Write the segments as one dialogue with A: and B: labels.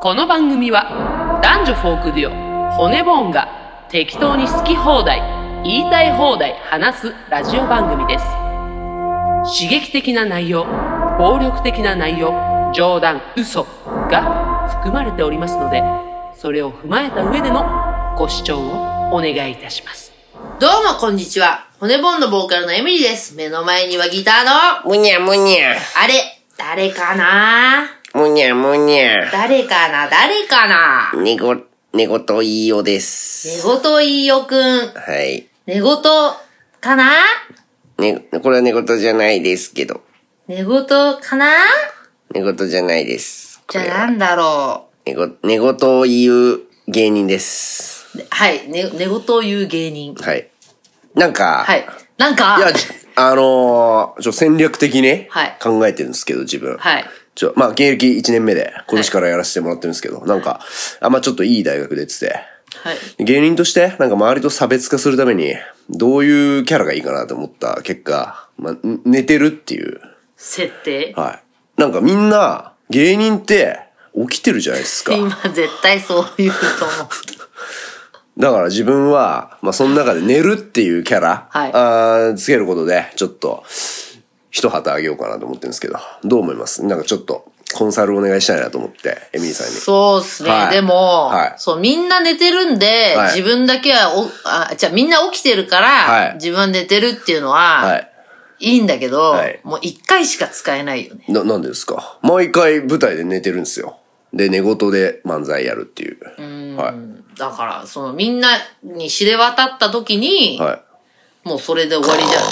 A: この番組は男女フォークデュオ骨ボーンが適当に好き放題言いたい放題話すラジオ番組です刺激的な内容暴力的な内容冗談嘘が含まれておりますのでそれを踏まえた上でのご視聴をお願いいたします
B: どうも、こんにちは。骨ボンのボーカルのエミリーです。目の前にはギターの、あ
C: むにゃむにゃ、
B: れ、誰かな
C: むにゃむにゃ、
B: 誰かな誰かな
C: 寝ご、寝言言いようです。
B: 寝言いいよくん。
C: はい。
B: 寝言、かな
C: ね、これは寝言じゃないですけど。
B: 寝言、かな
C: 寝言じゃないです。
B: じゃあなんだろ
C: 寝ご寝言を言う芸人です。
B: う。はい、ね、寝言を言う芸人。
C: はい。なんか、
B: はい。なんか、
C: いや、じあのー、ちょ、戦略的ね、
B: はい
C: 考えてるんですけど、自分。
B: はい。
C: ちょ、まあ、芸歴1年目で、今年からやらせてもらってるんですけど、なんか、あんまちょっといい大学出てて、
B: はい。
C: 芸人として、なんか周りと差別化するために、どういうキャラがいいかなと思った結果、まあ、ん寝てるっていう。
B: 設定。
C: はい。なんかみんな、芸人って起きてるじゃないですか。
B: 今、絶対そう言うと思う。
C: だから自分は、まあその中で寝るっていうキャラ、
B: はい
C: あーつけることで、ちょっと、一旗あげようかなと思ってるんですけど、どう思いますなんかちょっと、コンサルお願いしたいなと思って、エミリーさんに。
B: そうですね。
C: はい
B: でも、
C: はい
B: そう、みんな寝てるんで、
C: はい
B: 自分だけはお、あ、じゃあみんな起きてるから、
C: はい
B: 自分は寝てるっていうのは、
C: はい。
B: い、いんだけど、
C: はい
B: もう一回しか使えないよね。
C: な、なんでですか毎回舞台で寝てるんですよ。で、寝言で漫才やるっていう。はい。
B: だから、そのみんなに知れ渡った時に、
C: はい。
B: もうそれで終わりじゃん。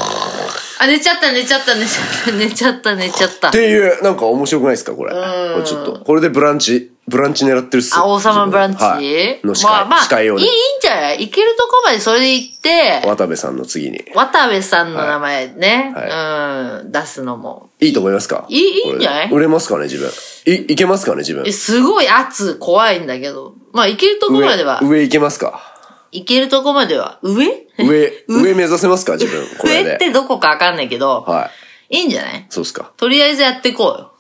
B: あ、寝ちゃった、寝ちゃった、寝ちゃった、寝ちゃった、寝ちゃった
C: っ。ていう、なんか面白くないですかこれ。これちょっと。これでブランチ、ブランチ狙ってるっすよ。
B: あ、王様ブランチ、
C: はい、の司会、
B: まあま
C: 司
B: あ、い
C: 会
B: い
C: を
B: いい
C: ね
B: ん、じゃないいけるとこまでそれで行って、
C: 渡部さんの次に。
B: 渡部さんの名前ね、
C: はい
B: うん、出すのも
C: いいと思いますか
B: いいいいんじゃない
C: これで売れますかね自分。い、いけますかね自分
B: え、。すごい圧怖いんだけど。まあ、いけるとこまでは。
C: 上いけますか
B: いけるとこまでは。上
C: 上、上目指せますか自分。これ
B: 上っ
C: で。
B: てどこかわかんないけど、
C: はい。
B: い、いんじゃない
C: そうっすか。
B: とりあえずやっていこ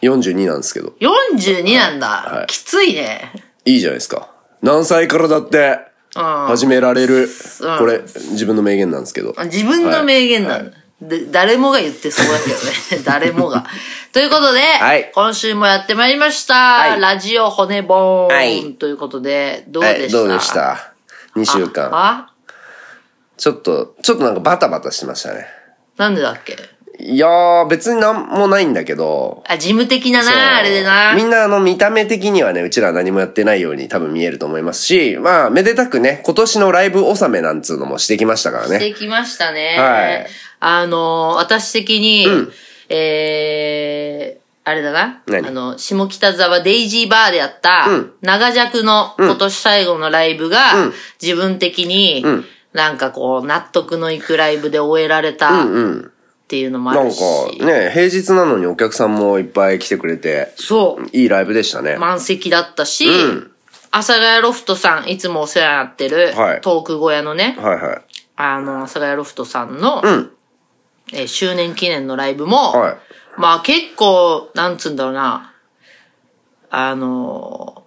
C: 42なんですけど。
B: うよ。42なんだ。
C: はい
B: きついね。
C: いいじゃないですか。何歳からだって、
B: うん。
C: 始められる。
B: うん
C: これ、自分の名言なんですけど。
B: 自分の名言なんだ。で誰もが言ってそうだけど ね。誰もが。ということで、
C: はい
B: 今週もやってまいりました。
C: い
B: ラジオ骨ボーン、
C: はい
B: ということで、どう
C: はい
B: でした、
C: どうでした2週間。
B: あ
C: ちょっと、ちょっとなんかバタバタしてましたね。
B: なんでだっけ
C: いやー、別になんもないんだけど。
B: あ、事務的な
C: そう
B: な、あれでな。
C: みんなあの見た目的にはね、うちらは何もやってないように多分見えると思いますし、まあ、めでたくね、今年のライブ納めなんつうのもしてきましたから
B: し
C: ね。
B: てきましたね。
C: はい
B: あの、私的に、えー、あれだな。
C: 何
B: あの、下北沢デイジーバーでやった、長尺の今年最後のライブが、自分的に、なんかこう、納得のいくライブで終えられたっていうのもあ
C: なん
B: る
C: か
B: し。
C: ね、平日なのにお客さんもいっぱい来てくれて、
B: そう。
C: いいライブでしたね。
B: 満席だったし、阿佐ヶ谷ロフトさん、いつもお世話になってる、
C: はい
B: トーク小屋のね、
C: はいは
B: あの、阿佐ヶ谷ロフトさんの、
C: ん
B: えー周年記念のライブも、
C: い。はい。
B: まあ結構、なんつうんだろうな、あの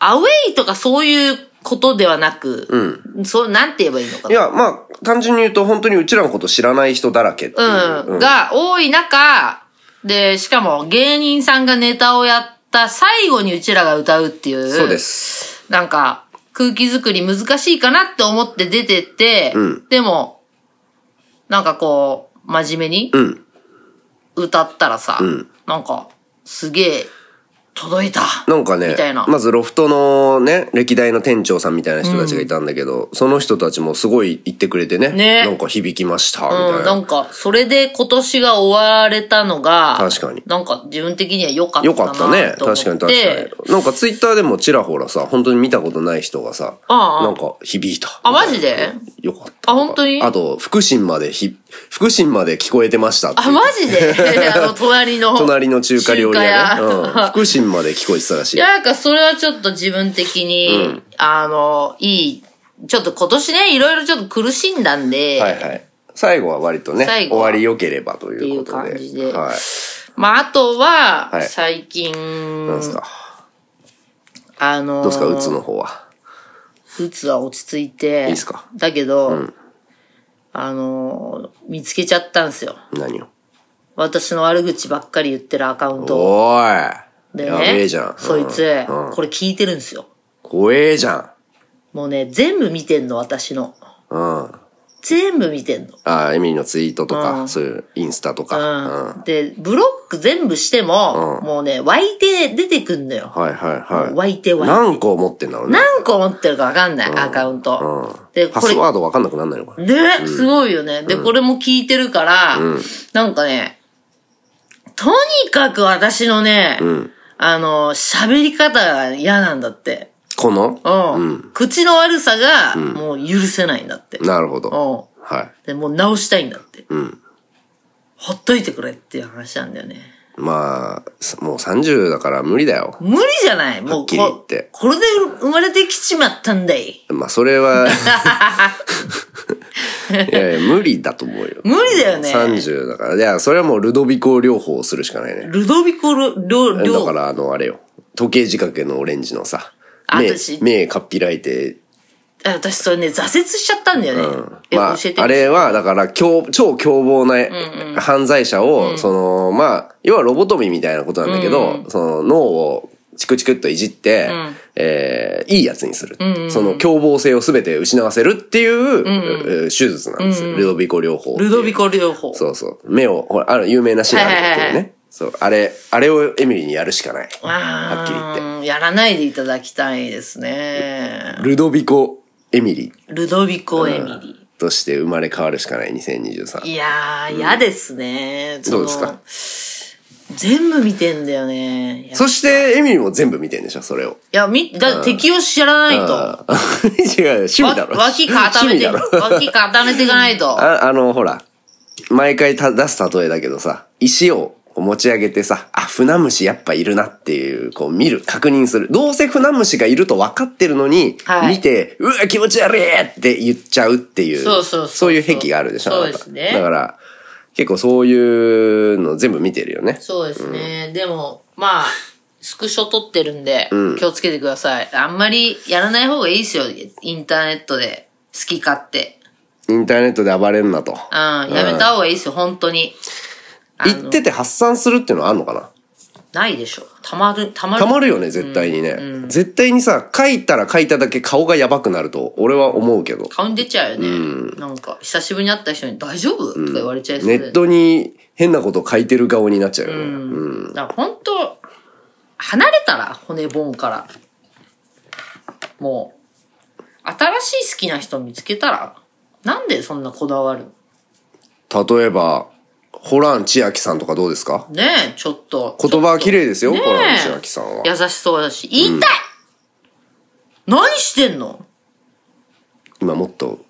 B: ーアウェイとかそういうことではなく、そう、なんて言えばいいのか
C: い
B: な。
C: や、まあ、単純に言うと本当にうちらのこと知らない人だらけっていう。
B: うん、が多い中、で、しかも芸人さんがネタをやった最後にうちらが歌うっていう。
C: そうで。す。
B: なんか、空気作り難しいかなって思って出てって、でも、なんかこう、真面目に、
C: ん
B: 歌ったらさ、なんか、すげえ、届いた。
C: なんかね
B: みたいな、
C: まずロフトのね、歴代の店長さんみたいな人たちがいたんだけど、その人たちもすごい言ってくれてね、
B: ね
C: なんか響きました、み
B: う
C: た
B: ん、
C: い
B: な
C: な。
B: んか、それで今年が終われたのが、
C: 確かに
B: なんか自分的には良かったな
C: よ
B: と
C: か
B: 思
C: っ
B: って。
C: たね。確かに確かに。なんかツイッターでもちらほらさ、本当に見たことない人がさ、
B: ああ
C: なんか響いた。
B: あ、マジで
C: よかった。
B: あ本当に
C: あと、福神までひ、福神まで聞こえてましたっていう
B: あ、マジで あの、隣の。
C: 隣の中華料理屋ね。
B: 中華屋
C: うん。福神まで聞こえてたらし
B: い
C: い。
B: や、なんかそれはちょっと自分的に、あの、いい。ちょっと今年ね、いろいろちょっと苦しんだんで、
C: はいはい。最後は割とね、
B: 最
C: 終
B: 後は
C: わり良ければということで。
B: っていう感じで
C: はい。
B: まあ、あとは、
C: はい
B: 最近、
C: なんですか。
B: あのー、
C: どうですか、うつの方は。
B: うつは落ち着いて。
C: いいっすか
B: だけど、あのー、見つけちゃったんすよ。
C: 何を
B: 私の悪口ばっかり言ってるアカウントを。
C: おーい
B: でね。
C: やべえじゃん。
B: そいつ、
C: うんうん
B: これ聞いてるんすよ。
C: 怖えじゃ
B: もうね、全部見てんの、私の。
C: ん。うん。あ
B: 全部見てんの。
C: ーエミリーのツイートとか、
B: うん
C: そういうインスタとか。うん。
B: うん。で、ブロック全部しても、
C: うん
B: もうね、湧いて出てくんのよ。
C: はいはいはい。
B: 湧いて湧いて
C: 何個持ってんだろうね。
B: 何個持ってるかわかんない、アカウン
C: うん
B: ト。で、
C: パ
B: こ
C: ス
B: れ、
C: ワードわかんなくなんないのかな。
B: ね、すごいよね。で、これも聞いてるから、なんかね、とにかく私のね、
C: ん
B: あの、喋り方が嫌なんだって。
C: この
B: うん。
C: うん
B: 口の悪さが、もう許せないんだって。
C: なるほど。
B: うん。
C: はい。
B: で、もう直したいんだって。
C: うん。
B: ほっといてくれっていう話なんだよね。
C: まあ、さもう30だから無理だよ。
B: 無理じゃないも
C: はっ
B: う
C: きり言っ
B: こ
C: て、
B: これで生まれてきちまったんだい。
C: まあ、それは いやいや、無理だと思うよ。
B: 無理だよね
C: 30だから。いや、それはもうルドビコ療法をするしかないね。
B: ルドビコロ、両、
C: だか
B: 両、
C: ら、あの、あれよ。時計仕掛けのオレンジのさ、
B: あ
C: 目
B: 私、
C: 目かっぴらいて、
B: あ私それね、挫折しちゃったんだよね。え、
C: まあ
B: 教え、て。
C: あれは、だから、凶超凶暴な犯罪者を、その、まあ、要はロボトミーみたいなことなんだけど、その脳をチクチクっといじって、えーいいやつにする。その凶暴性を全て失わせるっていう、えー手術なんですよ。ルドビコ療法っていう。
B: ルドビコ療法。
C: そうそう。目を、ほら、ある有名なシーンあるんだけど
B: は
C: ね。
B: いはいはい
C: そう、あれ、あれをエミリーにやるしかない。は
B: は
C: っきり言って。
B: って。やらないでいただきたいですね。
C: ルドビコ・エミリ
B: ルドビコエミリ
C: ーとして生まれ変わるしかない、2023。
B: ー。いやー、嫌ですね。その
C: どうですか
B: 全部見てんだよね。いや、い
C: そして、エミリーも全部見てんでしょ、それを。
B: やみ、だ敵を知らないと。わ
C: あー 違うよ、趣味だろ。
B: 脇固めて、
C: 趣味だろ
B: 脇固めていかない と。
C: ああの、ほら、毎回た出す例えだけどさ、石を持ち上げてさ、あ、船虫やっぱいるなっていう、こう見る、確認する。どうせ船虫がいると分かってるのに、
B: はい
C: 見て、うわ、気持ち悪いって言っちゃうっていう、
B: そうそうそう
C: いう癖があるでしょ。
B: そう
C: あなた
B: ですね
C: だから、結構そういうの全部見てるよね。
B: そうですね。でも、まあ、スクショ撮ってるんで、気をつけてください。あんまりやらない方がいいですよ。インターネットで好き勝手。
C: インターネットで暴れるなと。
B: うん、やめた方がいいですよ、本当に。あの
C: 行ってて発散するっていうのはあるのかな
B: ないでしょ。たまる、たまる。
C: たまるよね、絶対にね。絶対にさ、書いたら書いただけ顔がやばくなると、俺は思うけど。
B: 顔に出ちゃうよね。なんか、久しぶりに会った人に大丈夫とか言われちゃいそう
C: ネ
B: だよね
C: ットに変なこと書いてる顔になっちゃうよね。
B: だから本当離れたら骨ボンからもう新しい好きな人見つけたらなんでそんなこだわるの
C: 例えば、ホラン千秋さんとかどうですか
B: ねえちょっと
C: 言葉は綺麗ですよ、
B: ねえ
C: ホラン千秋さんは。
B: 優しそうだし言いたい、何してんの
C: 今もっと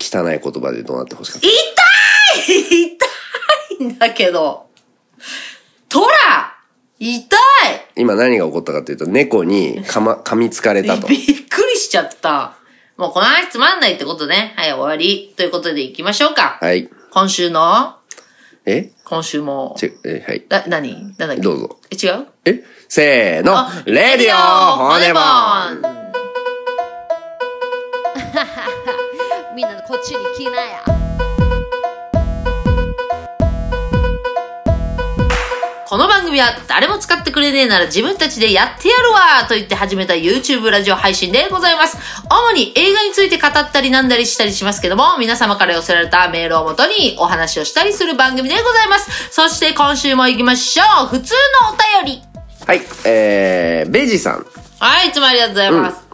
C: 汚い言葉で怒鳴ってほしかった。
B: 痛い痛いんだけどトラ痛
C: 今何が起こったかというと、猫にかま、噛みつかれたと
B: い。びっくりしちゃったもうこの話つまんないってことねはい終わりということで行きましょうか
C: はい。
B: 今週の
C: え
B: 今週も。
C: ちえ、はい。
B: だ、何なんだっけ
C: どうぞ。
B: え、違う
C: えせーの
B: あ、
C: レディオ骨ボン
B: ン
D: みんなこっちに来なや。
B: この番組は誰も使ってくれねえなら自分たちでやってやるわと言って始めた YouTube ラジオ配信でございます。主に映画について語ったりなんだりしたりしますけども、皆様から寄せられたメールをもとにお話をしたりする番組でございます。そして今週も行きましょう普通のお便り
C: はい、えー、ベジさん。
B: はい、いつもありがとうございます。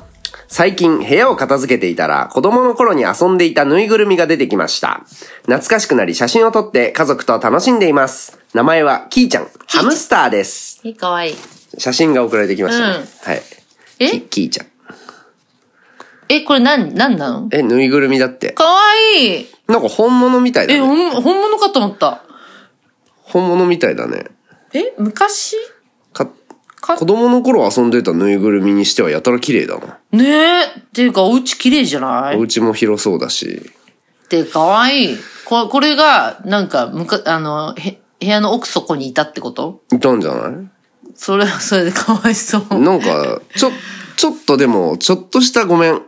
C: 最近部屋を片付けていたら子供の頃に遊んでいたぬいぐるみが出てきました。懐かしくなり写真を撮って家族と楽しんでいます。名前はキーちゃん、ハムスターです。
B: え、かわいい。
C: 写真が送られてきましたね。
B: うん
C: はい。
B: え
C: きキーちゃん。
B: え、これ何、何なの
C: え、ぬいぐるみだって。
B: かわいい
C: なんか本物みたいだ
B: え、ほ
C: ね。
B: ん、本物かと思った。
C: 本物みたいだね。
B: え、昔
C: か
B: か
C: 子供の頃遊んでたぬいぐるみにしてはやたら綺麗だな。
B: ねえ。っていうか、お家綺麗じゃないっ
C: お家も広そうだし。
B: て、かわいい。ここれが、なんか、むか、あの、へ、部屋の奥底にいたってこと
C: いたんじゃない
B: それはそれでかわいそう。
C: なんか、ちょっちょっとでも、ちょっとしたごめん。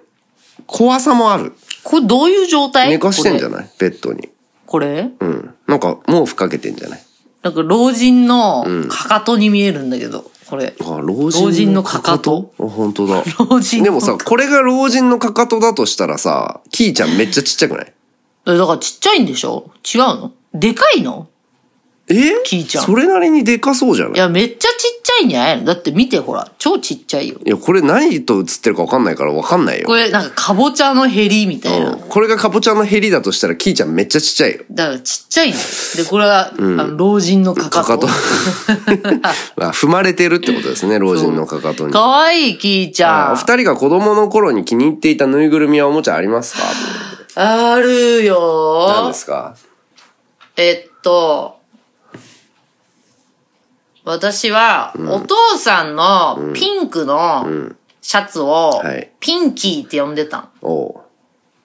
C: 怖さもある。
B: これどういう状態
C: 寝かしてんじゃ
B: い
C: ないベッドに。
B: これ
C: うん。なんか、毛布かけてんじゃない
B: なんか老人のかかとに見えるんだけど、これ。
C: あ、老
B: 老人のかか
C: と
B: と
C: あ、本当だ。
B: 老人の
C: でもさ、これが老人のかかとだとしたらさ、キーちゃんめっちゃちっちゃくない
B: えだからちっちゃいんでしょ違うのでかいの
C: え
B: キーちゃん
C: それなりにでかそうじゃない
B: いや、めっちゃちっちゃいんじゃないのだって見てほら、超ちっちゃいよ。
C: いや、これ何と映ってるか分かんないから分かんないよ。
B: これなんかかぼちゃのヘリみたいな。
C: うんこれがかぼちゃのヘリだとしたら、キーちゃんめっちゃちっちゃいよ。
B: だからちっちゃいの。で、これは、あの老人のか
C: か
B: か
C: か
B: と。
C: と。
B: か
C: まあ、踏まれてるってことですね、老人のかかとに。
B: わいい、キーちゃん。
C: お二人が子供の頃に気に入っていたぬいぐるみやおもちゃありますか
B: ある
C: 何
B: よ
C: で。すか
B: えっと、私は、お父さんのピンクのシャツを
C: はい、
B: ピンキーって呼んでたの。
C: おう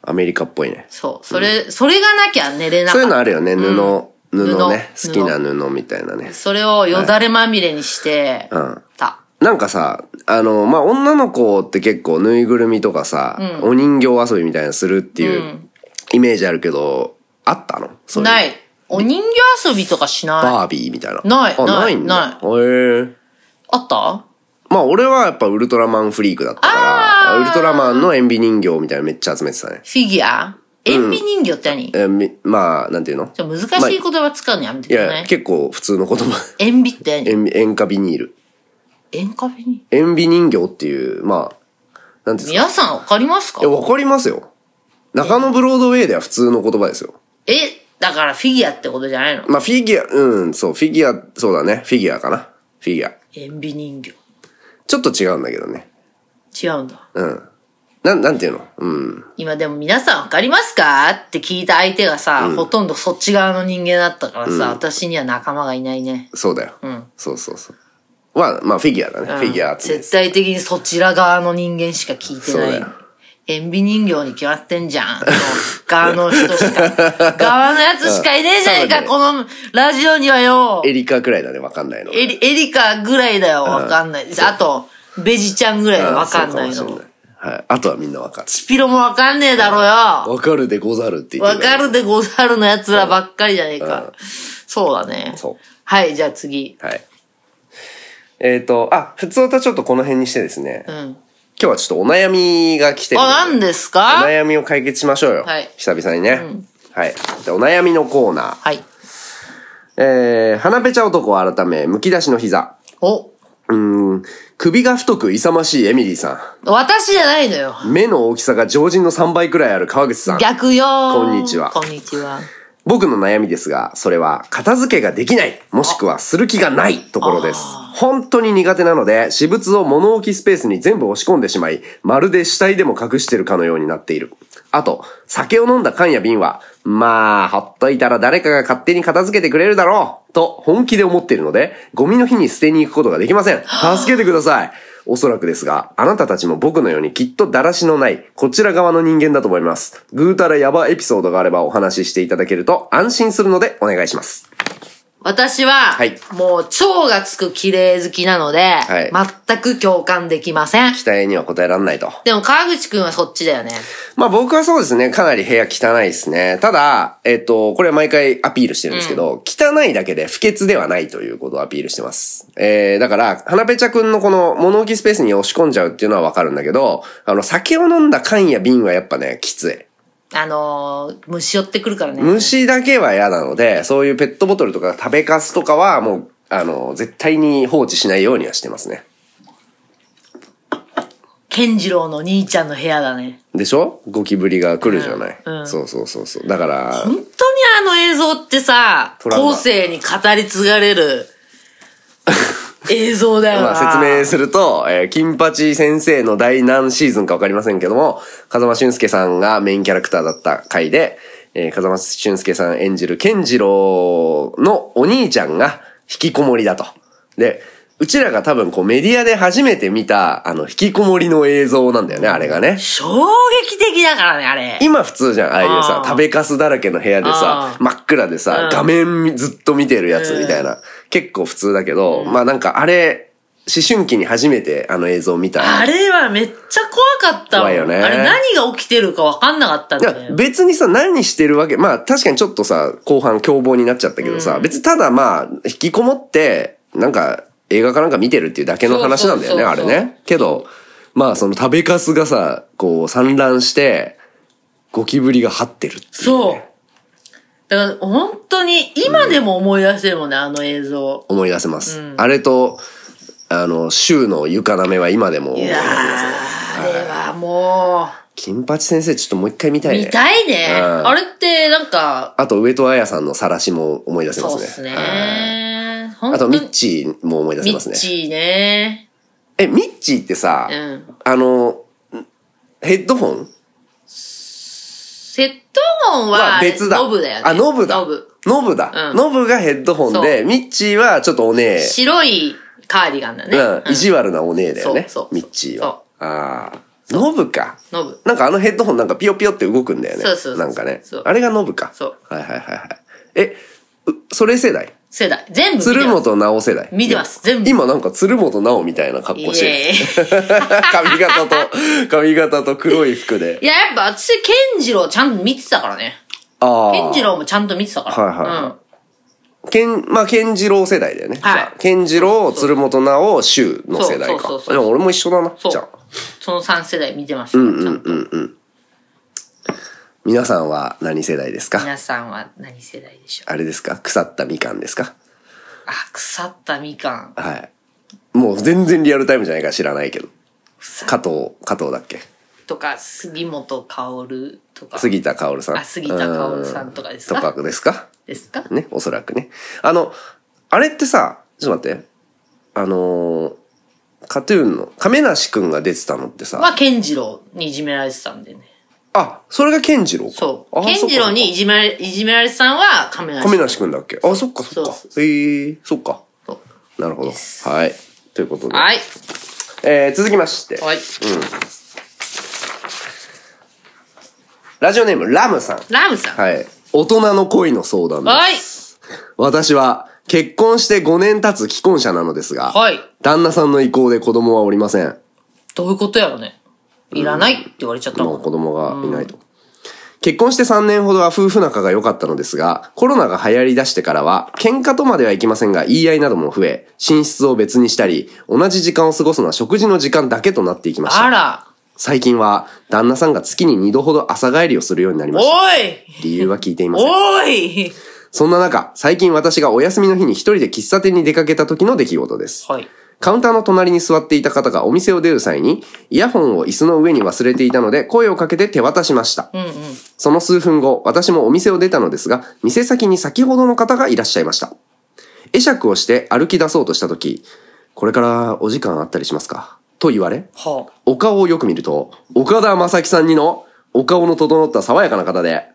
C: アメリカっぽいね。
B: そう。それ、それがなきゃ寝れなか
C: そ
B: っ
C: ういうの
B: た。
C: あるよね、布。布ね。
B: 布
C: 好きな布みたいなね。
B: それをよだれまみれにして
C: うん。
B: た。
C: なんかさ、あの、まあ、女の子って結構ぬいぐるみとかさ、お人形遊びみたいなのするっていううイメージあるけど、あったのそれ
B: ない。お人形遊びとかしない。
C: バービーみたいな。
B: ない
C: あ、
B: ない
C: ないんだ。へえ
B: あった
C: まあ俺はやっぱウルトラマンフリークだったから、
B: あー
C: ウルトラマンの塩ビ人形みたいなのめっちゃ集めてたね。
B: フィギュア塩ビ人形って何、
C: えーみまあ、なんていうの
B: じゃあ難しい言葉使うのやめて
C: い
B: くれな
C: や、
B: い
C: 結構普通の言葉。
B: 塩ビって何
C: 塩、塩化ビニール。
B: 塩カフェに
C: 塩ビ人形っていう、まあ、なんていうんですか。
B: 皆さんわかりますか
C: いや、わかりますよ。中野ブロードウェイでは普通の言葉ですよ。
B: え、だからフィギュアってことじゃないの
C: まあ、フィギュア、うん、そう、フィギュア、そうだね。フィギュアかな。フィギュア。
B: 塩ビ人形。
C: ちょっと違うんだけどね。
B: 違うんだ。
C: うん。なん、なんていうのうん。
B: 今でも皆さんわかりますかって聞いた相手がさ、ほとんどそっち側の人間だったからさ、私には仲間がいないね。
C: そうだよ。
B: ん
C: そうそうそう。は、まあ、フィギュアだね。
B: うん
C: フィギュア集めて
B: 絶対的にそちら側の人間しか聞いて
C: そうだ
B: ない
C: よ。
B: 塩ビ人形に決まってんじゃん。の側の人しか。 側のやつしかいねえじゃねえ
C: う
B: か、
C: ん
B: このラジオにはよ。
C: エリカくらいだね、わかんないの。
B: エリ、エリカぐらいだよ、わかんない。あと、ベジちゃんぐらいわかんない
C: あそうかも
B: の
C: し。れないはい。あとはみんなわかる。
B: スピロもわかんねえだろよ。
C: わかるでござるって言っ
B: わ
C: てた
B: かるでござるのやつらばっかりじゃねえか。そうだね。
C: そう
B: はい、じゃあ次。
C: はい。えっ、と、あ、普通とちょっとこの辺にしてですね、
B: う
C: 今
B: ん。
C: 日はちょっとお悩みが来てるので
B: あ、なんです
C: お
B: か
C: 悩みを解決しましょうよ。
B: はい
C: 久々にね。はい。じゃあお悩みのコーナー。
B: はい。
C: えー、花ぺちゃ男改め、むき出しの膝。
B: お、
C: うーん、首が太く勇ましいエミリーさ
B: 私じゃないのよ。
C: ん。目の大きさが常人の3倍くらいある川口さん。
B: 逆よー
C: こんにちは
B: こんにちは。
C: 僕の悩みですが、それは片付けができない、もしくはする気がないところです。本当に苦手なので、私物を物置スペースに全部押し込んでしまい、まるで死体でも隠してるかのようになっている。あと、酒を飲んだ缶や瓶は、まあ、ほっといたら誰かが勝手に片付けてくれるだろう、と本気で思っているので、ゴミの日に捨てに行くことができません。助けてください。おそらくですが、あなたたちも僕のようにきっとだらしのない、こちら側の人間だと思います。ぐうたらやばエピソードがあればお話ししていただけると安心するのでお願いします。
B: 私は、
C: はい
B: もう、蝶がつく綺麗好きなので、
C: い
B: 全く共感できません。
C: 期待には応えられないと。
B: でも、川口くんはそっちだよね。
C: まあ僕はそうですね、かなり部屋汚いですね。ただ、えっ、と、これは毎回アピールしてるんですけど、汚いだけで不潔ではないということをアピールしてます。えー、だから、花ペチャくんのこの物置スペースに押し込んじゃうっていうのはわかるんだけど、あの、酒を飲んだ缶や瓶はやっぱね、きつい。
B: あのー、虫寄ってくるからね。
C: 虫だけは嫌なので、そういうペットボトルとか食べかすとかはもう、あの、絶対に放置しないようにはしてますね。
B: ケンジロウの兄ちゃんの部屋だね。
C: でしょゴキブリが来るじゃない。
B: うんうん
C: そうそうそうそう。だから、
B: 本当にあの映像ってさ、
C: トラウマ
B: 後世に語り継がれ る映像だよな。
C: まあ、説明すると、えー金八先生の第何シーズンかわかりませんけども、風間俊介さんがメインキャラクターだった回で、えー風間俊介さん演じる健次郎のお兄ちゃんが引きこもりだと。で、うちらが多分こうメディアで初めて見た、あの、引きこもりの映像なんだよね、あれがね。
B: 衝撃的だからね、あれ。
C: 今普通じゃん、ああいうさ
B: あ、ー
C: 食べかすだらけの部屋でさ
B: あ、ー
C: 真っ暗でさ、
B: うん
C: 画面ずっと見てるやつみたいな、結構普通だけど、まあなんかあれ、思春期に初めてあの映像を見た。
B: あれはめっちゃ怖かったもん
C: 怖いよね
B: あれ何が起きてるか分かんなかったん
C: いや
B: だよ。
C: 別にさ、何してるわけ、まあ確かにちょっとさ、後半凶暴になっちゃったけどさ、別にただまあ、引きこもって、なんか映画かなんか見てるっていうだけの話なんだよね、
B: そう
C: あ
B: そうそ
C: れ
B: うそう
C: ね。けど、まあその食べかすがさ、こう散乱して、ゴキブリが張ってるっていうね、
B: そう。だから本当に今でも思い出せるもんね、あの映像。
C: 思い出せます。あれと、あの、週の床なめは今でも思い
B: い
C: 出せ
B: やー、
C: ますね。
B: あれはも
C: 金八先生ちょっともう一回見た
B: う、
C: いね。
B: 見たいね。
C: うん
B: あれってなんか、
C: あと、上戸彩さんの晒しも思い出せま
B: そ
C: す
B: うっす
C: ね。はい
B: ね。本
C: あと、
B: 当
C: ミ
B: に
C: ッチーも思い出せ
B: ミ
C: ます
B: ッ
C: ね。
B: チーね。
C: え、ミッチーってさ、
B: うん。
C: あの、ヘッドホン
B: セット音は
C: は別だ。
B: ノブだよね。
C: あ、ノブだ。
B: ノブ。。
C: だ。
B: うん
C: ノブがヘッドホンで、ミッチーはちょっとお姉、
B: 白いカーディガンだね。
C: うん、意地悪なお姉だよね
B: そうそうそ。う
C: ミッチーは。ああ、ノブか。
B: ノブ。
C: なんかあのヘッドホンなんかピヨピヨって動くんだよね。
B: そうそうそう
C: なんかね
B: そう。
C: あれがノブか。
B: そう
C: はいはいはいはい。え、うそれ世代
B: 世代。全部見てます。
C: 鶴本直世代。
B: 見てます全部
C: 今なんか鶴本直みたいな格
B: い
C: 好して
B: え
C: る。
B: いえ
C: 髪型 と、髪型と黒い服で
B: い。や、やっぱ私、ケンジロウちゃんと見てたからね。
C: ああ。
B: ケンジロウもちゃんと見てたから。
C: はいはいはケン、まあ、ケンジロウ世代だよね。
B: はい
C: じゃあケンジロウ、鶴本直、周の世代か
B: そうそうそう。そう
C: でも俺も一緒だな。
B: そう
C: じゃあ。
B: うん。その3世代見てました、ちゃんと。
C: 皆さんは何世代ですか
B: 皆さんは何世代でしょう
C: あれですか腐ったみかんですか
B: あ、腐ったみかん。
C: はい。もう全然リアルタイムじゃないから知らないけど。
B: 腐
C: 加藤、加藤だっけ
B: とか、杉本薫とか。
C: 杉田薫さん。
B: あ杉田薫さんとかですか
C: うんとかですか
B: ですか
C: ね、おそらくね。あの、あれってさ、ちょっと待って。あのー、カトゥーンの亀梨くんが出てたのってさ、
B: は、ケンジロウにいじめられてたんでね。
C: あ、それがケンジロウか
B: そう。
C: あ
B: ケンジロウにいじめられ、いじめられてたんは亀梨。
C: 亀梨くんだっけあ、そっかそっか
B: そう。
C: へえ、そっか。
B: そう
C: なるほど。はい。ということで。
B: はい。
C: えー続きまして。
B: はい。
C: ラジオネーム、ラムさん。
B: ラムさん。
C: はい。大人の恋の相談です。
B: はい。
C: 私は結婚して5年経つ既婚者なのですが、
B: はい
C: 旦那さんの意向で子供はおりません。
B: どういうことやろね。いらないって言われちゃった
C: も
B: も。
C: うん子供がいないと。結婚して3年ほどは夫婦仲が良かったのですが、コロナが流行り出してからは、喧嘩とまではいきませんが、言い合いなども増え、寝室を別にしたり、同じ時間を過ごすのは食事の時間だけとなっていきまし
B: あ
C: た。
B: ら。
C: 最近は、旦那さんが月に2度ほど朝帰りをするようになりました。
B: おい
C: 理由は聞いていません。
B: おい
C: そんな中、最近私がお休みの日に一人で喫茶店に出かけた時の出来事です。
B: はい。
C: カウンターの隣に座っていた方がお店を出る際に、イヤホンを椅子の上に忘れていたので、声をかけて手渡しました。その数分後、私もお店を出たのですが、店先に先ほどの方がいらっしゃいました。会釈をして歩き出そうとした時、これからお時間あったりしますかと言われ、
B: はあ。
C: お顔をよく見ると、岡田正樹さんにの、お顔の整った爽やかな方で、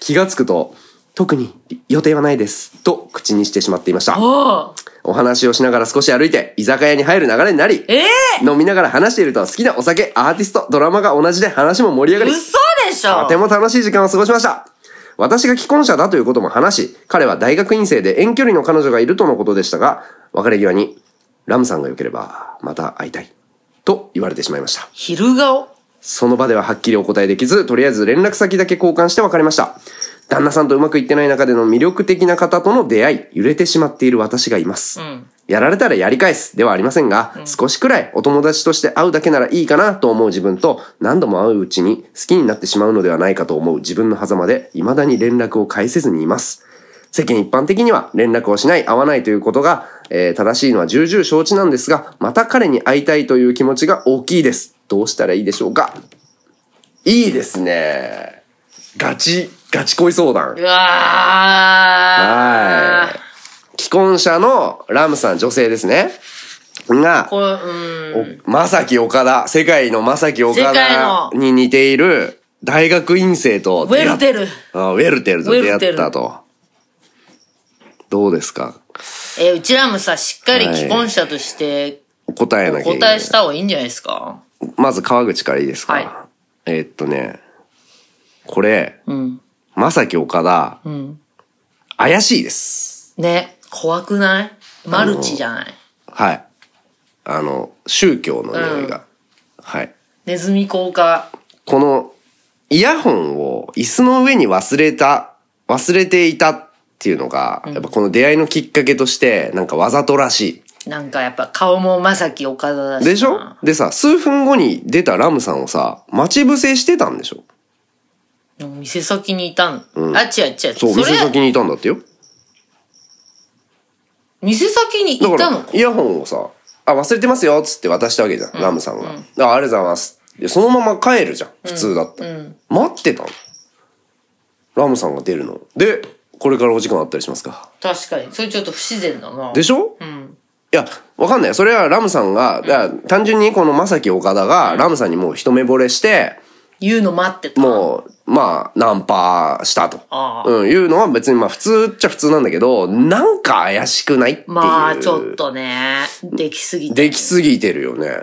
C: 気がつくと、特に予定はないです、と口にしてしまっていました。
B: ああ。
C: お話をしながら少し歩いて、居酒屋に入る流れになり、
B: ええ
C: 飲みながら話していると好きなお酒、アーティスト、ドラマが同じで話も盛り上がり、
B: 嘘でしょ
C: とても楽しい時間を過ごしました。私が既婚者だということも話し、彼は大学院生で遠距離の彼女がいるとのことでしたが、別れ際に、ラムさんが良ければ、また会いたい、と言われてしまいました。
B: 昼顔
C: その場でははっきりお答えできず、とりあえず連絡先だけ交換して別れました。旦那さんとうまくいってない中での魅力的な方との出会い、揺れてしまっている私がいます。やられたらやり返すではありませんが、少しくらいお友達として会うだけならいいかなと思う自分と、何度も会ううちに好きになってしまうのではないかと思う自分の狭間で、未だに連絡を返せずにいます。世間一般的には連絡をしない、会わないということが、えー正しいのは重々承知なんですが、また彼に会いたいという気持ちが大きいです。どうしたらいいでしょうかいいですね。ガチ、ガチ恋相談
B: う。わ
C: は
B: ー
C: い。既婚者のラムさん、女性ですね。が、
B: これ、うん。
C: おまさき岡田、世界のまさき岡
B: 世界の
C: 田に似ている大学院生と
B: ウェルテル。
C: あウェルテルと出
B: ウェルテ
C: 会っ
B: ル
C: たと。どうですか
B: えうちらもさ、しっかり
C: はい
B: 既婚者として、
C: お答えな
B: お
C: きゃいけ
B: 答
C: な
B: え
C: い
B: し。た方がいいんじゃないですか
C: まず川口からいいですか、
B: はい
C: えーっとね、これ、
B: うん。
C: まさき岡田、
B: ん
C: 怪しいです。
B: ね。怖くないマルチじゃない
C: はい。あの、宗教の匂いが。はい。
B: ネズミ効果。
C: この、イヤホンを椅子の上に忘れた、忘れていたっていうのが、やっぱこの出会いのきっかけとして、なんかわざとらし
B: なんかやっぱ顔もまさき岡田だし
C: い。
B: な。
C: でしょでさ、数分後に出たラムさんをさ、待ち伏せしてたんでしょ
B: 店先にいたん。あ、違う違う。
C: そう、
B: それ
C: 店先にいたんだってよ。
B: 店先にい
C: だか
B: たの
C: ら、イヤホンをさ、あ、忘れてますよっつって渡したわけじゃん、ラムさんが。あ、ありがとうございます。で、そのまま帰るじゃん、普通だったら。待ってたの。ラムさんが出るの。で、これからお時間あったりしますか。
B: 確かに。それちょっと不自然だな。
C: でしょ、いや、わかんない。それはラムさんが、だから単純にこのまさき岡田が、ラムさんにもう一目惚れして、
B: 言うの待ってた。
C: もう、まあ、ナンパしたと。
B: ああ
C: うん、いうのは別にまあ普通っちゃ普通なんだけど、なんか怪しくないっていう。
B: まあ、ちょっ。とね。できすぎて。
C: できすぎてるよね。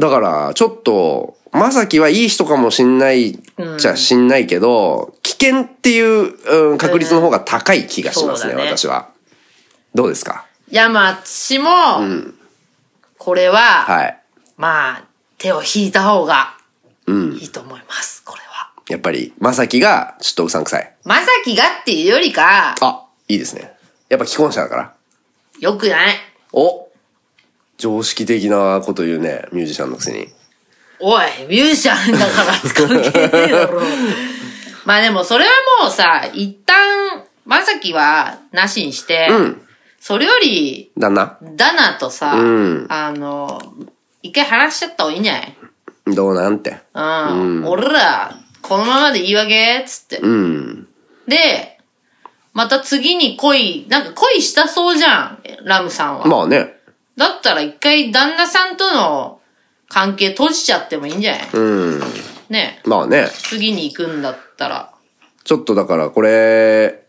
C: だから、ちょっと、まさきはいい人かもしんないじゃしんないけど、危険っていう、うん確率の方が高い気がしますね、
B: そうだね
C: 私は。どうですか
B: いや、まあ、私も、これは、
C: はい。
B: まあ、手を引いた方が、いいと思います、これは。
C: やっぱり、まさきが、ちょっとうさんくさい。
B: まさきがっていうよりか、
C: あ、いいですね。やっぱ既婚者だから。
B: よくない。
C: お常識的なこと言うね、ミュージシャンのくせに。
B: おい、ミュージシャンだから関係ねえだろ。 まあでもそれはもうさ、一旦、まさきはなしにして、
C: うん
B: それより、
C: 旦那
B: ダナとさ、
C: うん
B: あの、一回話しちゃった方がいいんじゃない
C: どうなんて。
B: うん。俺ら、このままでいいわけつって。
C: うん。
B: で、また次に恋、なんか恋したそうじゃん、ラムさんは。
C: まあね。
B: だったら一回旦那さんとの関係閉じちゃってもいいんじゃない、
C: うん。
B: ねえ
C: まあね。
B: 次に行くんだったら。
C: ちょっとだからこれ、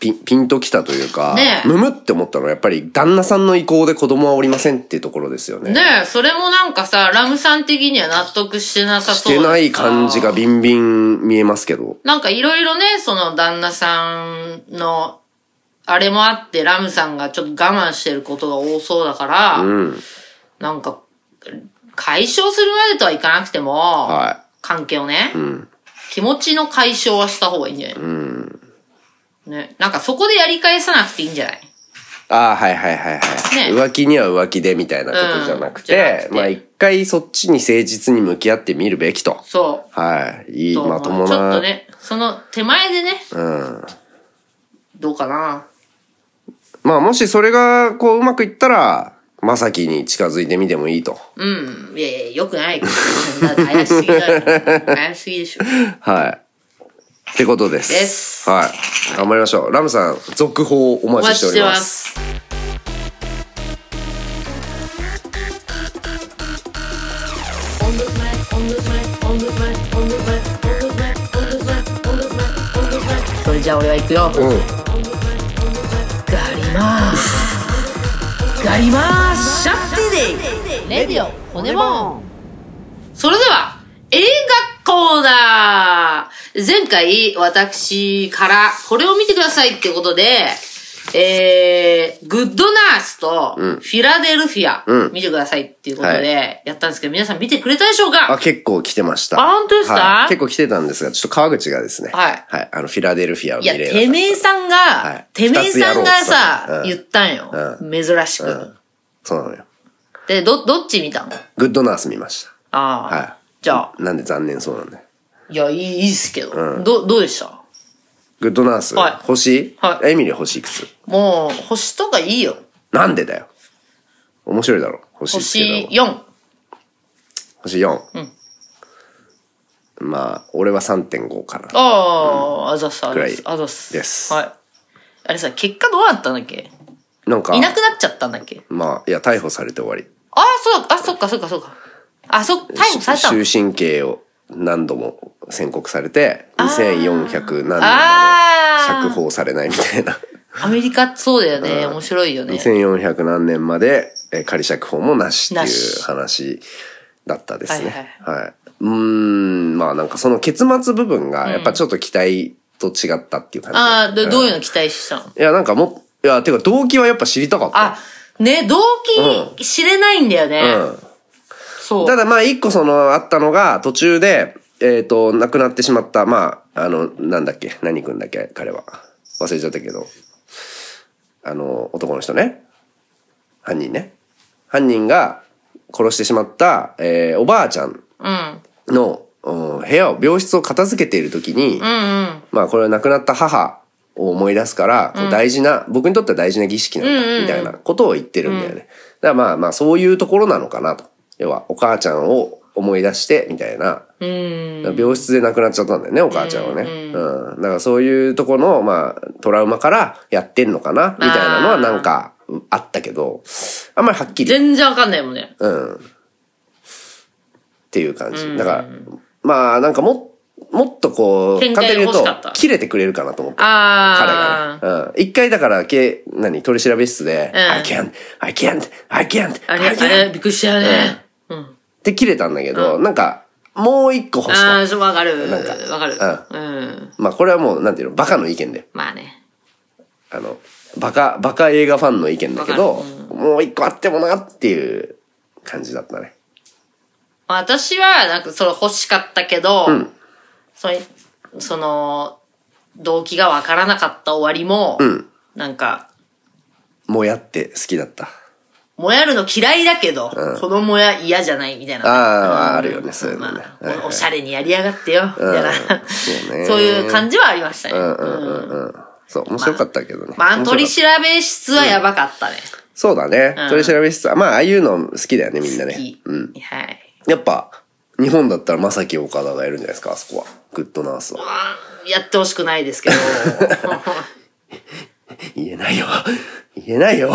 C: ピン、ピンときたというか、
B: ねえ
C: むむって思ったのはやっぱり旦那さんの意向で子供はおりませんっていうところですよね。
B: ねえ、それもなんかさ、ラムさん的には納得してなさ
C: し
B: そうだ
C: て
B: しさ
C: ない感じがビンビン見えますけど。
B: なんかいろいろね、その旦那さんの、あれもあって、ラムさんがちょっと我慢してることが多そうだから、
C: うん。
B: なんか、解消するまでとはいかなくても、
C: は
B: 関係をね、
C: い。うん。
B: 気持ちの解消はした方がいいんじゃない、
C: うん。
B: ね。なんかそこでやり返さなくていいんじゃない
C: ああ、はいはいはいはい。
B: ね
C: 浮気には浮気でみたいなことじゃなく
B: うんじゃなくて
C: て、まあ一回そっちに誠実に向き合ってみるべきと。
B: そう。
C: はい。いい、
B: どう思
C: ま
B: う
C: ともな。
B: ちょっとね、その手前でね、
C: うん。
B: どうかな。
C: まあもしそれがこううまくいったら、まさきに近づいてみてもいいと。
B: うん。いやいや、よくない。 だって怪しすぎだよ。怪しすぎでしょ。
C: はい。ってことです。
B: です
C: はい。頑張りましょう。ラムさん、続報お
B: お
C: 待ち
B: 待
C: し
B: ち
C: てお
B: して
C: りま。
B: ますす。それじゃあ俺は行くよ。
C: うん。
B: ガリマーシュガリマーシャッテデイレディオ骨もそれでは映画コーナー前回私からこれを見てくださいってことでえー、グッドナースとフィラデルフィア、
C: うん
B: 見てくださいっていうことでやったんですけど、皆さん見てくれたでしょう
C: あ、
B: か
C: 結構来てました。
B: あ本当ですか
C: はい結構来てたんですが、ちょっと川口がですね。
B: はい
C: はい。あの、フィラデルフィア
B: い
C: を見
B: や、
C: れ
B: てめえさんが、
C: い
B: てめえさんが
C: 二つやろうっつった
B: さ、
C: のうん
B: 言ったんよ。
C: う
B: 珍しく、
C: んそうなのよ。
B: で、ど、どっち見たの
C: グッドナース見まし
B: ああ、
C: は
B: じゃあ、
C: た。なんで残念そうなんだよ。
B: いや、いい、いいっすけど。
C: うん
B: ど、どうでした
C: グッドナース、
B: はい
C: 星、
B: はい
C: エミリー星いくつ
B: もう、星とかいいよ。
C: なんでだよ。面白いだろ。星つけた方
B: 星
C: が
B: 4。
C: 星4。まあ、俺は3.5かな。
B: ああ、あざっす、あざっす
C: く。らい
B: あざっす。
C: です
B: はい。あれさ、結果どうなったんだっけ
C: なんか、
B: いなくなっちゃったんだっけ
C: まあ、いや、逮捕されて終わり。
B: ああ、そう、あ、そっか、そっか、そっか。あ、そっ、逮捕されたの
C: 終身刑を何度も宣告されて、2400何年
B: あー
C: まで釈放されないみたいな。
B: アメリカ、そうだよね。面白いよね。
C: 2400何年までえー仮釈放もなしって
B: ないし
C: う話だったですね。
B: は
C: はい、うーん、まあなんかその結末部分がやっぱちょっと期待と違ったっていう感じ。
B: ああ、ど、
C: ん
B: どういうの期待したの
C: いや、なんかも、いや、てか動機はやっぱ知りたかった。
B: あ、ね、動機知れないんだよね。
C: うん。
B: そう。
C: ただまあ一個そのあったのが途中で、えっ、と、亡くなってしまった、まあ、あの、なんだっけ、何君だっけ、彼は。忘れちゃったけど。あの、男の人ね。犯人ね。犯人が殺してしまった、えーおばあちゃん
B: うん。
C: の、うん部屋を、病室を片付けている時に、
B: うんうん。
C: まあこれは亡くなった母を思い出すから、こう大事な、僕にとっては大事な儀式なんだ、みたいなことを言ってるんだよね。だからまあまあそういうところなのかなと。要はお母ちゃんを思い出して、みたいな。だから病室で亡くなっちゃったんだよね、お母ちゃんはね。うんだからそういうところの、まあトラウマからやってんのかな、みたいなのはなんかあったけど、あんまりはっきり。
B: 全然わかんないもんね。
C: うん。っていう感じ。だから、まあなんかも、もっとこう、
B: 展
C: 簡
B: 開
C: 単
B: が
C: に言
B: 欲
C: うと
B: しかった、
C: 切れてくれるかなと思った。彼
B: あ
C: が
B: ー。
C: ね。うん。一回だから、け、何、取り調べ室で、
B: うん
C: I can't, I can't, I can't,
B: あれ、
C: I
B: あ
C: can't
B: れ、
C: っ
B: びっくりしたよね。
C: て切れたんだけど、なんか、もう一個欲し
B: あ
C: かっ
B: あ、そう、わかる。
C: なんか
B: わかる。うん。
C: た。まあこれはもう、なんていうの、バカの意見で。
B: まあね。
C: あの、バカ、バカ映画ファンの意見だけど、もう一個あってもなっていう感じだったね。
B: 私は、なんか、それ欲しかったけど、それその、動機がわからなかった終わりも、なんか、
C: もやって好きだった。
B: もやるの嫌いだけど、このもや嫌じゃないみたいな。
C: ああ
B: うん
C: あるよねそういうのね
B: まあ
C: はいはい
B: おおしゃれにやりやがってよ、みたいな。
C: そうね
B: そういう感じはありましたね。
C: そう、面白かったけどね。
B: まあ、
C: 面白かった
B: 取り調べ室はやばかったね。
C: そうだね。取り調べ室は、まあ、ああいうの好きだよね、みんな
B: 好
C: ね
B: き。はい。
C: やっぱ、日本だったら、まさき岡田がいるんじゃないですか、あそこは。グッドナースは。
B: あーやってほしくないですけ ど。
C: 言えないよ。 言えないよ。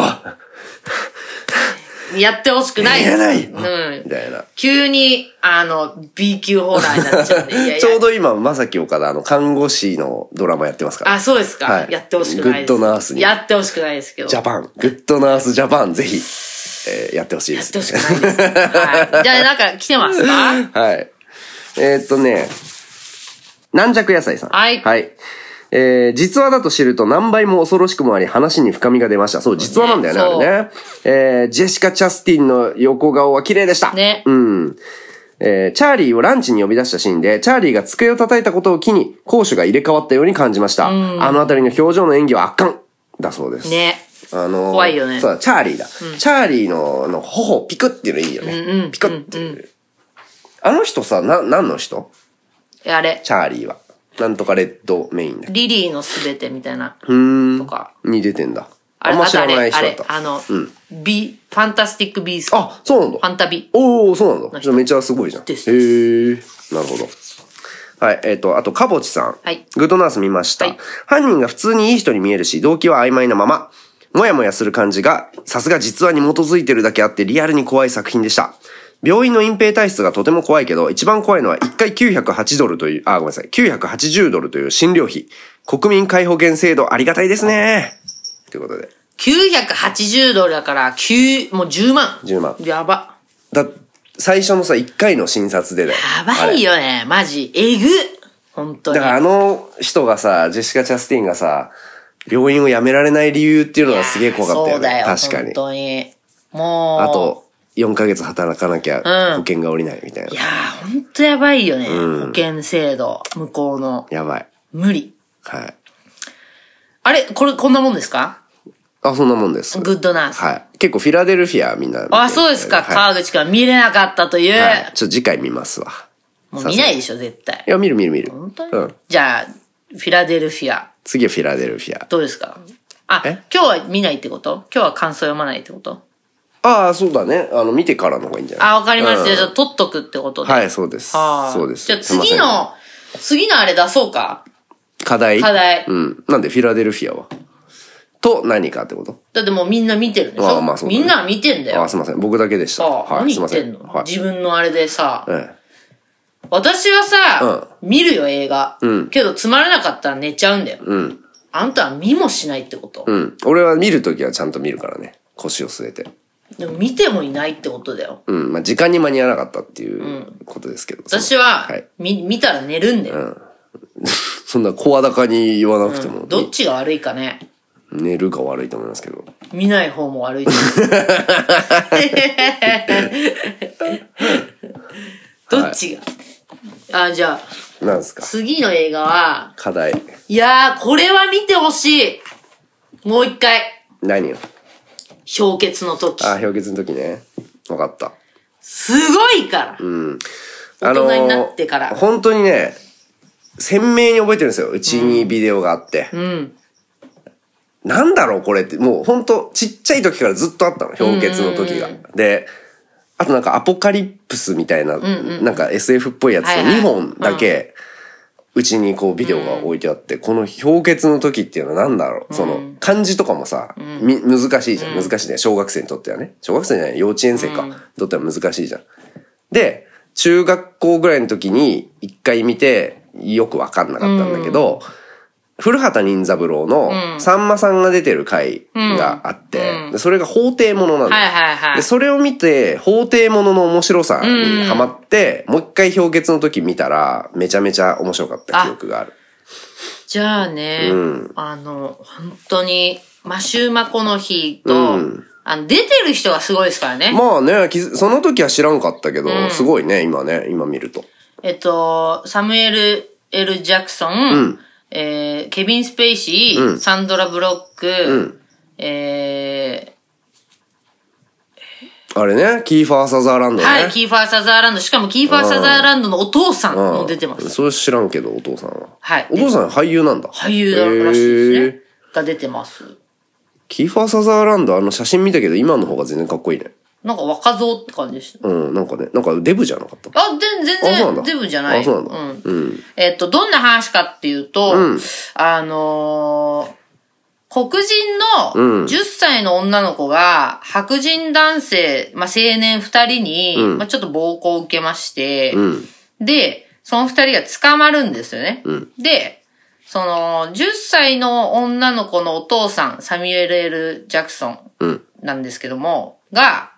B: やってほしくないで
C: 言え
B: す。
C: ないよ。
B: うん
C: みたいな。
B: 急に、あの、B 級ホーラーになっちゃうんで。いやいや
C: ちょうど今、まさき岡田、あの、看護師のドラマやってますから。
B: あ、そうですか。
C: はい
B: やってほしくないです。
C: グッドナースに
B: やってほしくないですけど。
C: ジャ
B: や
C: パン。グッドナースジャパン、ぜひ、えーやってほしいで
B: っ
C: す
B: てほ
C: ね、
B: しくないです。はい。じゃあ、なんか来てます か
C: はい。えーっとね、軟弱野菜さん。
B: はい
C: えー、実話だと知ると何倍も恐ろしくもあり話に深みが出ました。そう、実話なんだよね、
B: そう
C: あれね。えー、ジェシカ・チャスティンの横顔は綺麗でした。
B: ね
C: うん。えー、チャーリーをランチに呼び出したシーンで、チャーリーが机を叩いたことを機に、攻守が入れ替わったように感じました。あのあたりの表情の演技は圧巻だそうです。
B: ね。
C: あのー
B: 怖いよね
C: そうだ、チャーリーだ。チャーリーの、の、頬ピクっていうのいいよね。ピクっていう。あの人さ、な、何の人
B: あれ、
C: チャーリーは。なんとかレッドメインだっけ。
B: リリーのすべてみたいな。
C: うーん
B: と。か。
C: に出てんだ。
B: あ
C: あ
B: れ、
C: ん
B: あ
C: ま知
B: とあ
C: らな
B: れ、
C: い
B: あ
C: 人だっ
B: れ、
C: た。
B: あの、ビ、ファンタスティックビースト。
C: あ、そうなん
B: ファ
C: だ。
B: ンタビ。
C: おおそうなんだ。じ
B: 人
C: ゃあめちゃすごいじゃん。へ
B: です
C: え。なるほど。はい、えっ、と、あと、かぼちさん。
B: はい
C: グッドナース見ました、
B: はい
C: 犯人が普通にいい人に見えるし、動機は曖昧なまま。もやもやする感じが、さすが実話に基づいてるだけあってリアルに怖い作品でした。病院の隠蔽体質がとても怖いけど、一番怖いのは1回908ドルという、あ、ごめんなさい、980ドルという診療費。国民皆保険制度ありがたいですね。ということで。
B: 980ドルだから、9、もう10万。
C: 10万
B: やば。
C: だ、最初のさ、1回の診察でだよ。
B: やばいよね。マジ。えぐ。本当に。
C: だからあの人がさ、ジェシカ・チャスティンがさ、病院を辞められない理由っていうのがすげえ怖かったよね。
B: いやー
C: 確か
B: 本
C: に。
B: 当に。もう。
C: あ。と、4ヶ月働かなきゃ
B: うん
C: 保険が下りないみたいな。
B: いやー、ほんとやばいよね。保険制度。向こうの。
C: やばい。
B: 無理。
C: はい。
B: あれこれ、こんなもんですか
C: あ、そんなもんです。
B: グッドナース。
C: はい。結構フィラデルフィアみんな見てる
B: あ、そうですか。
C: は
B: 川口くん見れなかったという。
C: い。はいちょっと次回見ますわ。
B: もう見ないでしょ、絶対
C: い。や、見る見る見る。
B: 本当に、
C: うん。
B: じゃあ、フィラデルフィア。
C: 次はフィラデルフィア。
B: どうですかあ
C: え、
B: 今日は見ないってこと今日は感想読まないってこと
C: ああ、そうだね。あの、見てからの方がいいんじゃない
B: あ、わかりました。
C: うん
B: じゃあ、取っとくってことで。
C: はい、そうです。
B: はい
C: そうです。
B: じゃあ、
C: すいませ
B: 次
C: ん
B: の、次のあれ出そうか。
C: 課題。
B: 課題
C: うん。なんで、フィラデルフィアは。と、何かってこと
B: だってもうみんな見てるでし
C: あ
B: ょ
C: あまあそうだね
B: みんな見てんだ
C: あ、
B: よ。
C: すいません。僕だけでした。
B: ああ、
C: はい、
B: 何
C: すい
B: 言
C: ま
B: って
C: せ
B: んの
C: ん。はい。
B: 自分のあれでさ、
C: え
B: 私はさ、見るよ映画、
C: ん
B: けどつまらなかったら寝ちゃうんだよ。
C: えうん。
B: あんたは見もしないってこと。
C: うん。俺は見るときはちゃんと見るからね。腰を据えて。
B: でも見てもいないってことだよ。
C: うん。まあ、時間に間に合わなかったっていうことですけど。
B: 私は、
C: はい
B: 見、見たら寝るんだよ。
C: そんな声高に言わなくても。
B: どっちが悪いかね。
C: 寝るが悪いと思いますけど。
B: 見ない方も 悪いと思う。どっちが、あ、じゃあ、
C: なんですか
B: 次の映画は、
C: 課題。
B: いやー、これは見てほしいもう一回、
C: 何を
B: 氷結の時。
C: あ、氷結の時ね。わかった。
B: すごいから、
C: あのー
B: 大人になってから
C: 本当にね、鮮明に覚えてるんですよ。うちにビデオがあって。なんだろうこれって、もう本当ちっちゃい時からずっとあったの。氷結の時が。で、あとなんかアポカリプスみたいな、なんか SF っぽいやつを
B: はいはい
C: 2本だけ、うちにこうビデオが置いてあって、この氷結の時っていうのは何だろうその漢字とかもさ、み難しいじゃん。難しいね。小学生にとってはね。小学生じゃない幼稚園生か。にとっては難しいじゃん。で、中学校ぐらいの時に一回見てよくわかんなかったんだけど、古畑任三郎のさんまさんが出てる回があって、でそれが法廷ものなんだよ
B: はいはいはい
C: でそれを見て法廷ものの面白さにハマって、もう一回氷結の時見たらめちゃめちゃ面白かった記憶がある。
B: じゃあね、
C: ん
B: あの、本当に、マシューマコの日と、
C: うん
B: あの、出てる人がすごいですからね。
C: まあね、気づその時は知らんかったけど、すごいね、今ね、今見ると。
B: えっと、サムエル・ L ・ジャクソン、
C: ん
B: えーケビン・スペイシー、
C: うん
B: サンドラ・ブロック、
C: ん
B: え
C: あれね、キーファー・サザーラン
B: ー
C: ドね。
B: はい、キーファー・サザーランド、しかもキーファー・サザーランドのお父さん
C: うん
B: も出てます。
C: それ知らんけど、お父さんは。
B: はい
C: お父さん俳優なんだ。
B: 俳優だらしいですね。
C: へー
B: が出てます。
C: キーファー・サザーランド、あの写真見たけど、今の方が全然かっこいいね。
B: なんか若造って感じでした。
C: うん、なんかね、なんかデブじゃなかった。
B: あ、全然、
C: あそ
B: 全
C: うなんだ
B: 然、デブじゃない。
C: あそうなんだ
B: うんえっと、どんな話かっていうと、あのー黒人
C: うん
B: の10歳の女の子が白人男性、まあ、青年2人に、
C: うん
B: まあ、ちょっと暴行を受けまして、
C: うん、
B: で、その2人が捕まるんですよね。
C: うん
B: で、その10歳の女の子のお父さん、サミュエル・ L ・ジャクソン
C: うん、
B: なんですけども、が、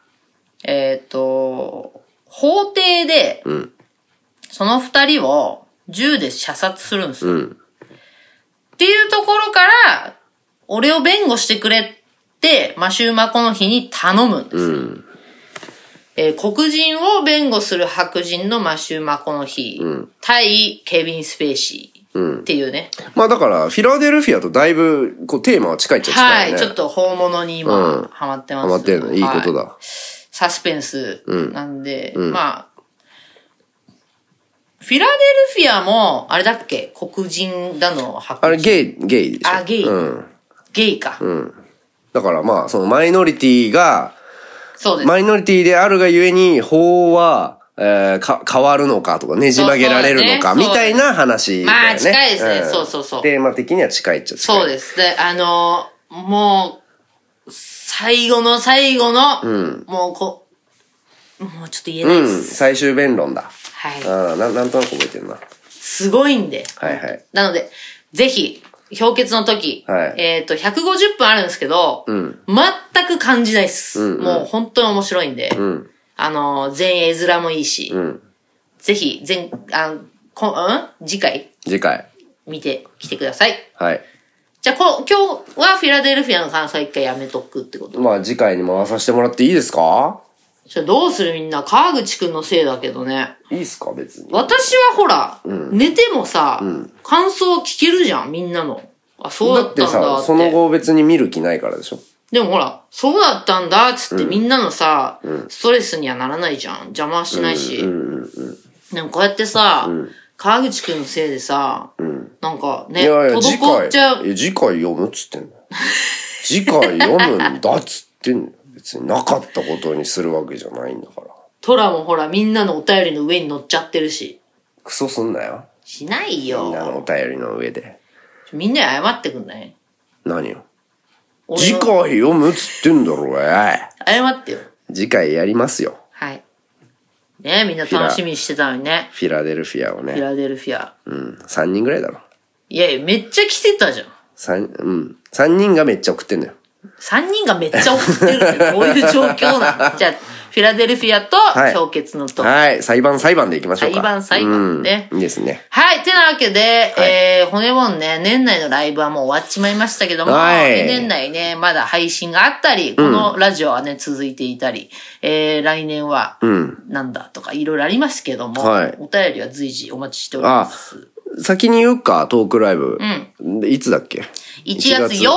B: えっ、と、法廷で、
C: ん
B: その二人を銃で射殺するんですよ。
C: うん、
B: っていうところから、俺を弁護してくれって、マシューマコの日に頼むんですよ。
C: うん、
B: えー黒人を弁護する白人のマシューマコの日、対ケビン・スペーシーっていうね。
C: まあだから、フィラデルフィアとだいぶ、こう、テーマは近いっちゃ近
B: はいい、
C: よね。
B: ちょっと本物に
C: うん
B: 今、ハマってます。
C: ハマってるの、いいことだ。
B: サスペンスなんで、まあ、フィラデルフィアも、あれだっけ黒人だの、白
C: あれ、
B: 人
C: ゲイ、ゲイでしょ。
B: あゲイ
C: うん。
B: ゲイか、
C: だからまあ、そのマイノリティが、
B: そうです。
C: マイノリティであるがゆえに、法は、えーか、変わるのかとか、ねじ曲げられるのか、
B: そう
C: み
B: そう
C: たいな話だよね。
B: まあ近いですね
C: ん
B: そうそうそう
C: テーマ的には近いっちゃ近い。
B: そうです。で、あのーもう、最後の最後の、もうこ、もうちょっと言えないで
C: うん、
B: す。
C: 最終弁論だ。
B: はい。
C: ああ、なんなんとなく覚えてるな。
B: すごいんで。
C: はいはい。
B: なので、ぜひ、氷結の時、
C: はい
B: えっ、と、150分あるんですけど、全く感じないっす、もう本当に面白いんで、あの、全絵面もいいし、
C: ん
B: ぜひ、全、あのこ、うん次回、
C: 次回。
B: 見てきてください。
C: はい。
B: じゃあこ、今日はフィラデルフィアの感想は一回やめとくってこと。
C: まあ次回に回させてもらっていいですか
B: ちょどうするみんな、川口くんのせいだけどね。
C: いいっすか別に。
B: 私はほら、寝てもさ、感想聞けるじゃん、みんなの。あ、そう
C: だ
B: だっ
C: ったて
B: んだって。
C: さ、その後別に見る気ないからでしょ
B: でもほら、そうだったんだっつってみんなのさ、ストレスにはならないじゃん。邪魔はしないし。でもこうやってさ、川口くんのせいでさ、なんか
C: い
B: ね、
C: やいや、次
B: 滞
C: 回。
B: っちゃ。
C: いうや次回読むっつ ってんの。次回読むんだっつってんの。別になかったことにするわけじゃないんだから。
B: トラもほら、みんなのお便りの上に乗っちゃってるし。
C: クソすんなよ。
B: しない
C: みんな
B: よ。
C: のお便りの上で。
B: みんなに謝ってくんない
C: 何を。
B: 俺
C: 次
B: の
C: 回読むっつってんだろ、おい。
B: 謝ってよ。
C: 次回やりますよ。
B: はい。ねみんな楽しみにしてたのにね。
C: フィラデルフィアを
B: フィ
C: ね。
B: ラデルフィア。
C: うん。3人ぐらいだろ。
B: いやいや、めっちゃ来てたじゃん。
C: 三うん。3人がめっちゃ送ってんのよ。
B: 3人がめっちゃ送ってるってどういう状況なのじゃあ、フィラデルフィアと
C: はい
B: 氷結の塔。
C: はい。裁判裁判でいきましょうか。
B: 裁判裁判ね
C: うんいいですね。
B: はい。てなわけで、えー、骨盆ね、年内のライブはもう終わっちまいましたけども、
C: はい
B: 年内ね、まだ配信があったり、このラジオはね、続いていたり、えー、来年は、なんだとか、いろいろありますけども、
C: はい
B: お便りは随時お待ちしております。
C: 先に言うか、トークライブ。でいつだっけ
B: 1月8日、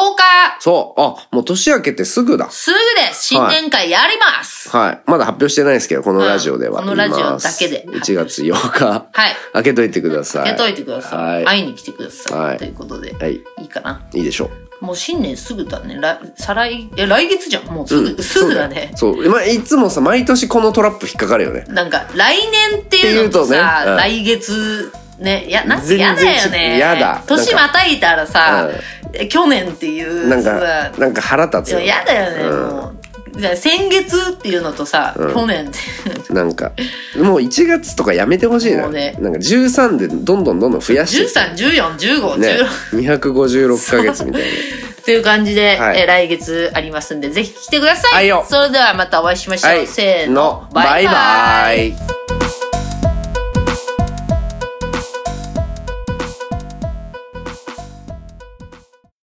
C: そう。あ、もう年明けてすぐだ。
B: すぐです新年会やります、
C: はい。まだ発表してないですけど、このラジオでは。
B: うんこのラジオだけで
C: 言います1月8日。
B: はい
C: 開けといてください。
B: 開けといてください。
C: はい。
B: 会いに来てください。
C: はい
B: ということで、、
C: はいい。
B: いかな。
C: いいでしょう。
B: もう新年すぐだね。来再来、え、来月じゃん。もうすぐ、すぐだね。
C: そうそう。まあ、いつもさ、毎年このトラップ引っかかるよね。
B: なんか、来年っていうのとさ、
C: っていうとねうん
B: 来月、ね、や、なんか
C: 全然
B: 嫌だよね。
C: 違う嫌だ
B: 年またいたらさ、え去年っていう、
C: なん
B: さ
C: か、なんか腹立つよね。
B: 嫌だよね、もう。だから先月っていうのとさ、去年って、
C: なんか、もう1月とかやめてほしい
B: も
C: な。
B: うね
C: なんか13でどんどんどんどん増やして。
B: 13、14、15、
C: ね
B: 16。、
C: 256ヶ月み たいな。
B: という感じで、
C: はい
B: えー来月ありますんで、ぜひ来てください。
C: はいよ
B: それではまたお会いしましょう。
C: はい。
B: せーの、
C: バイバイ。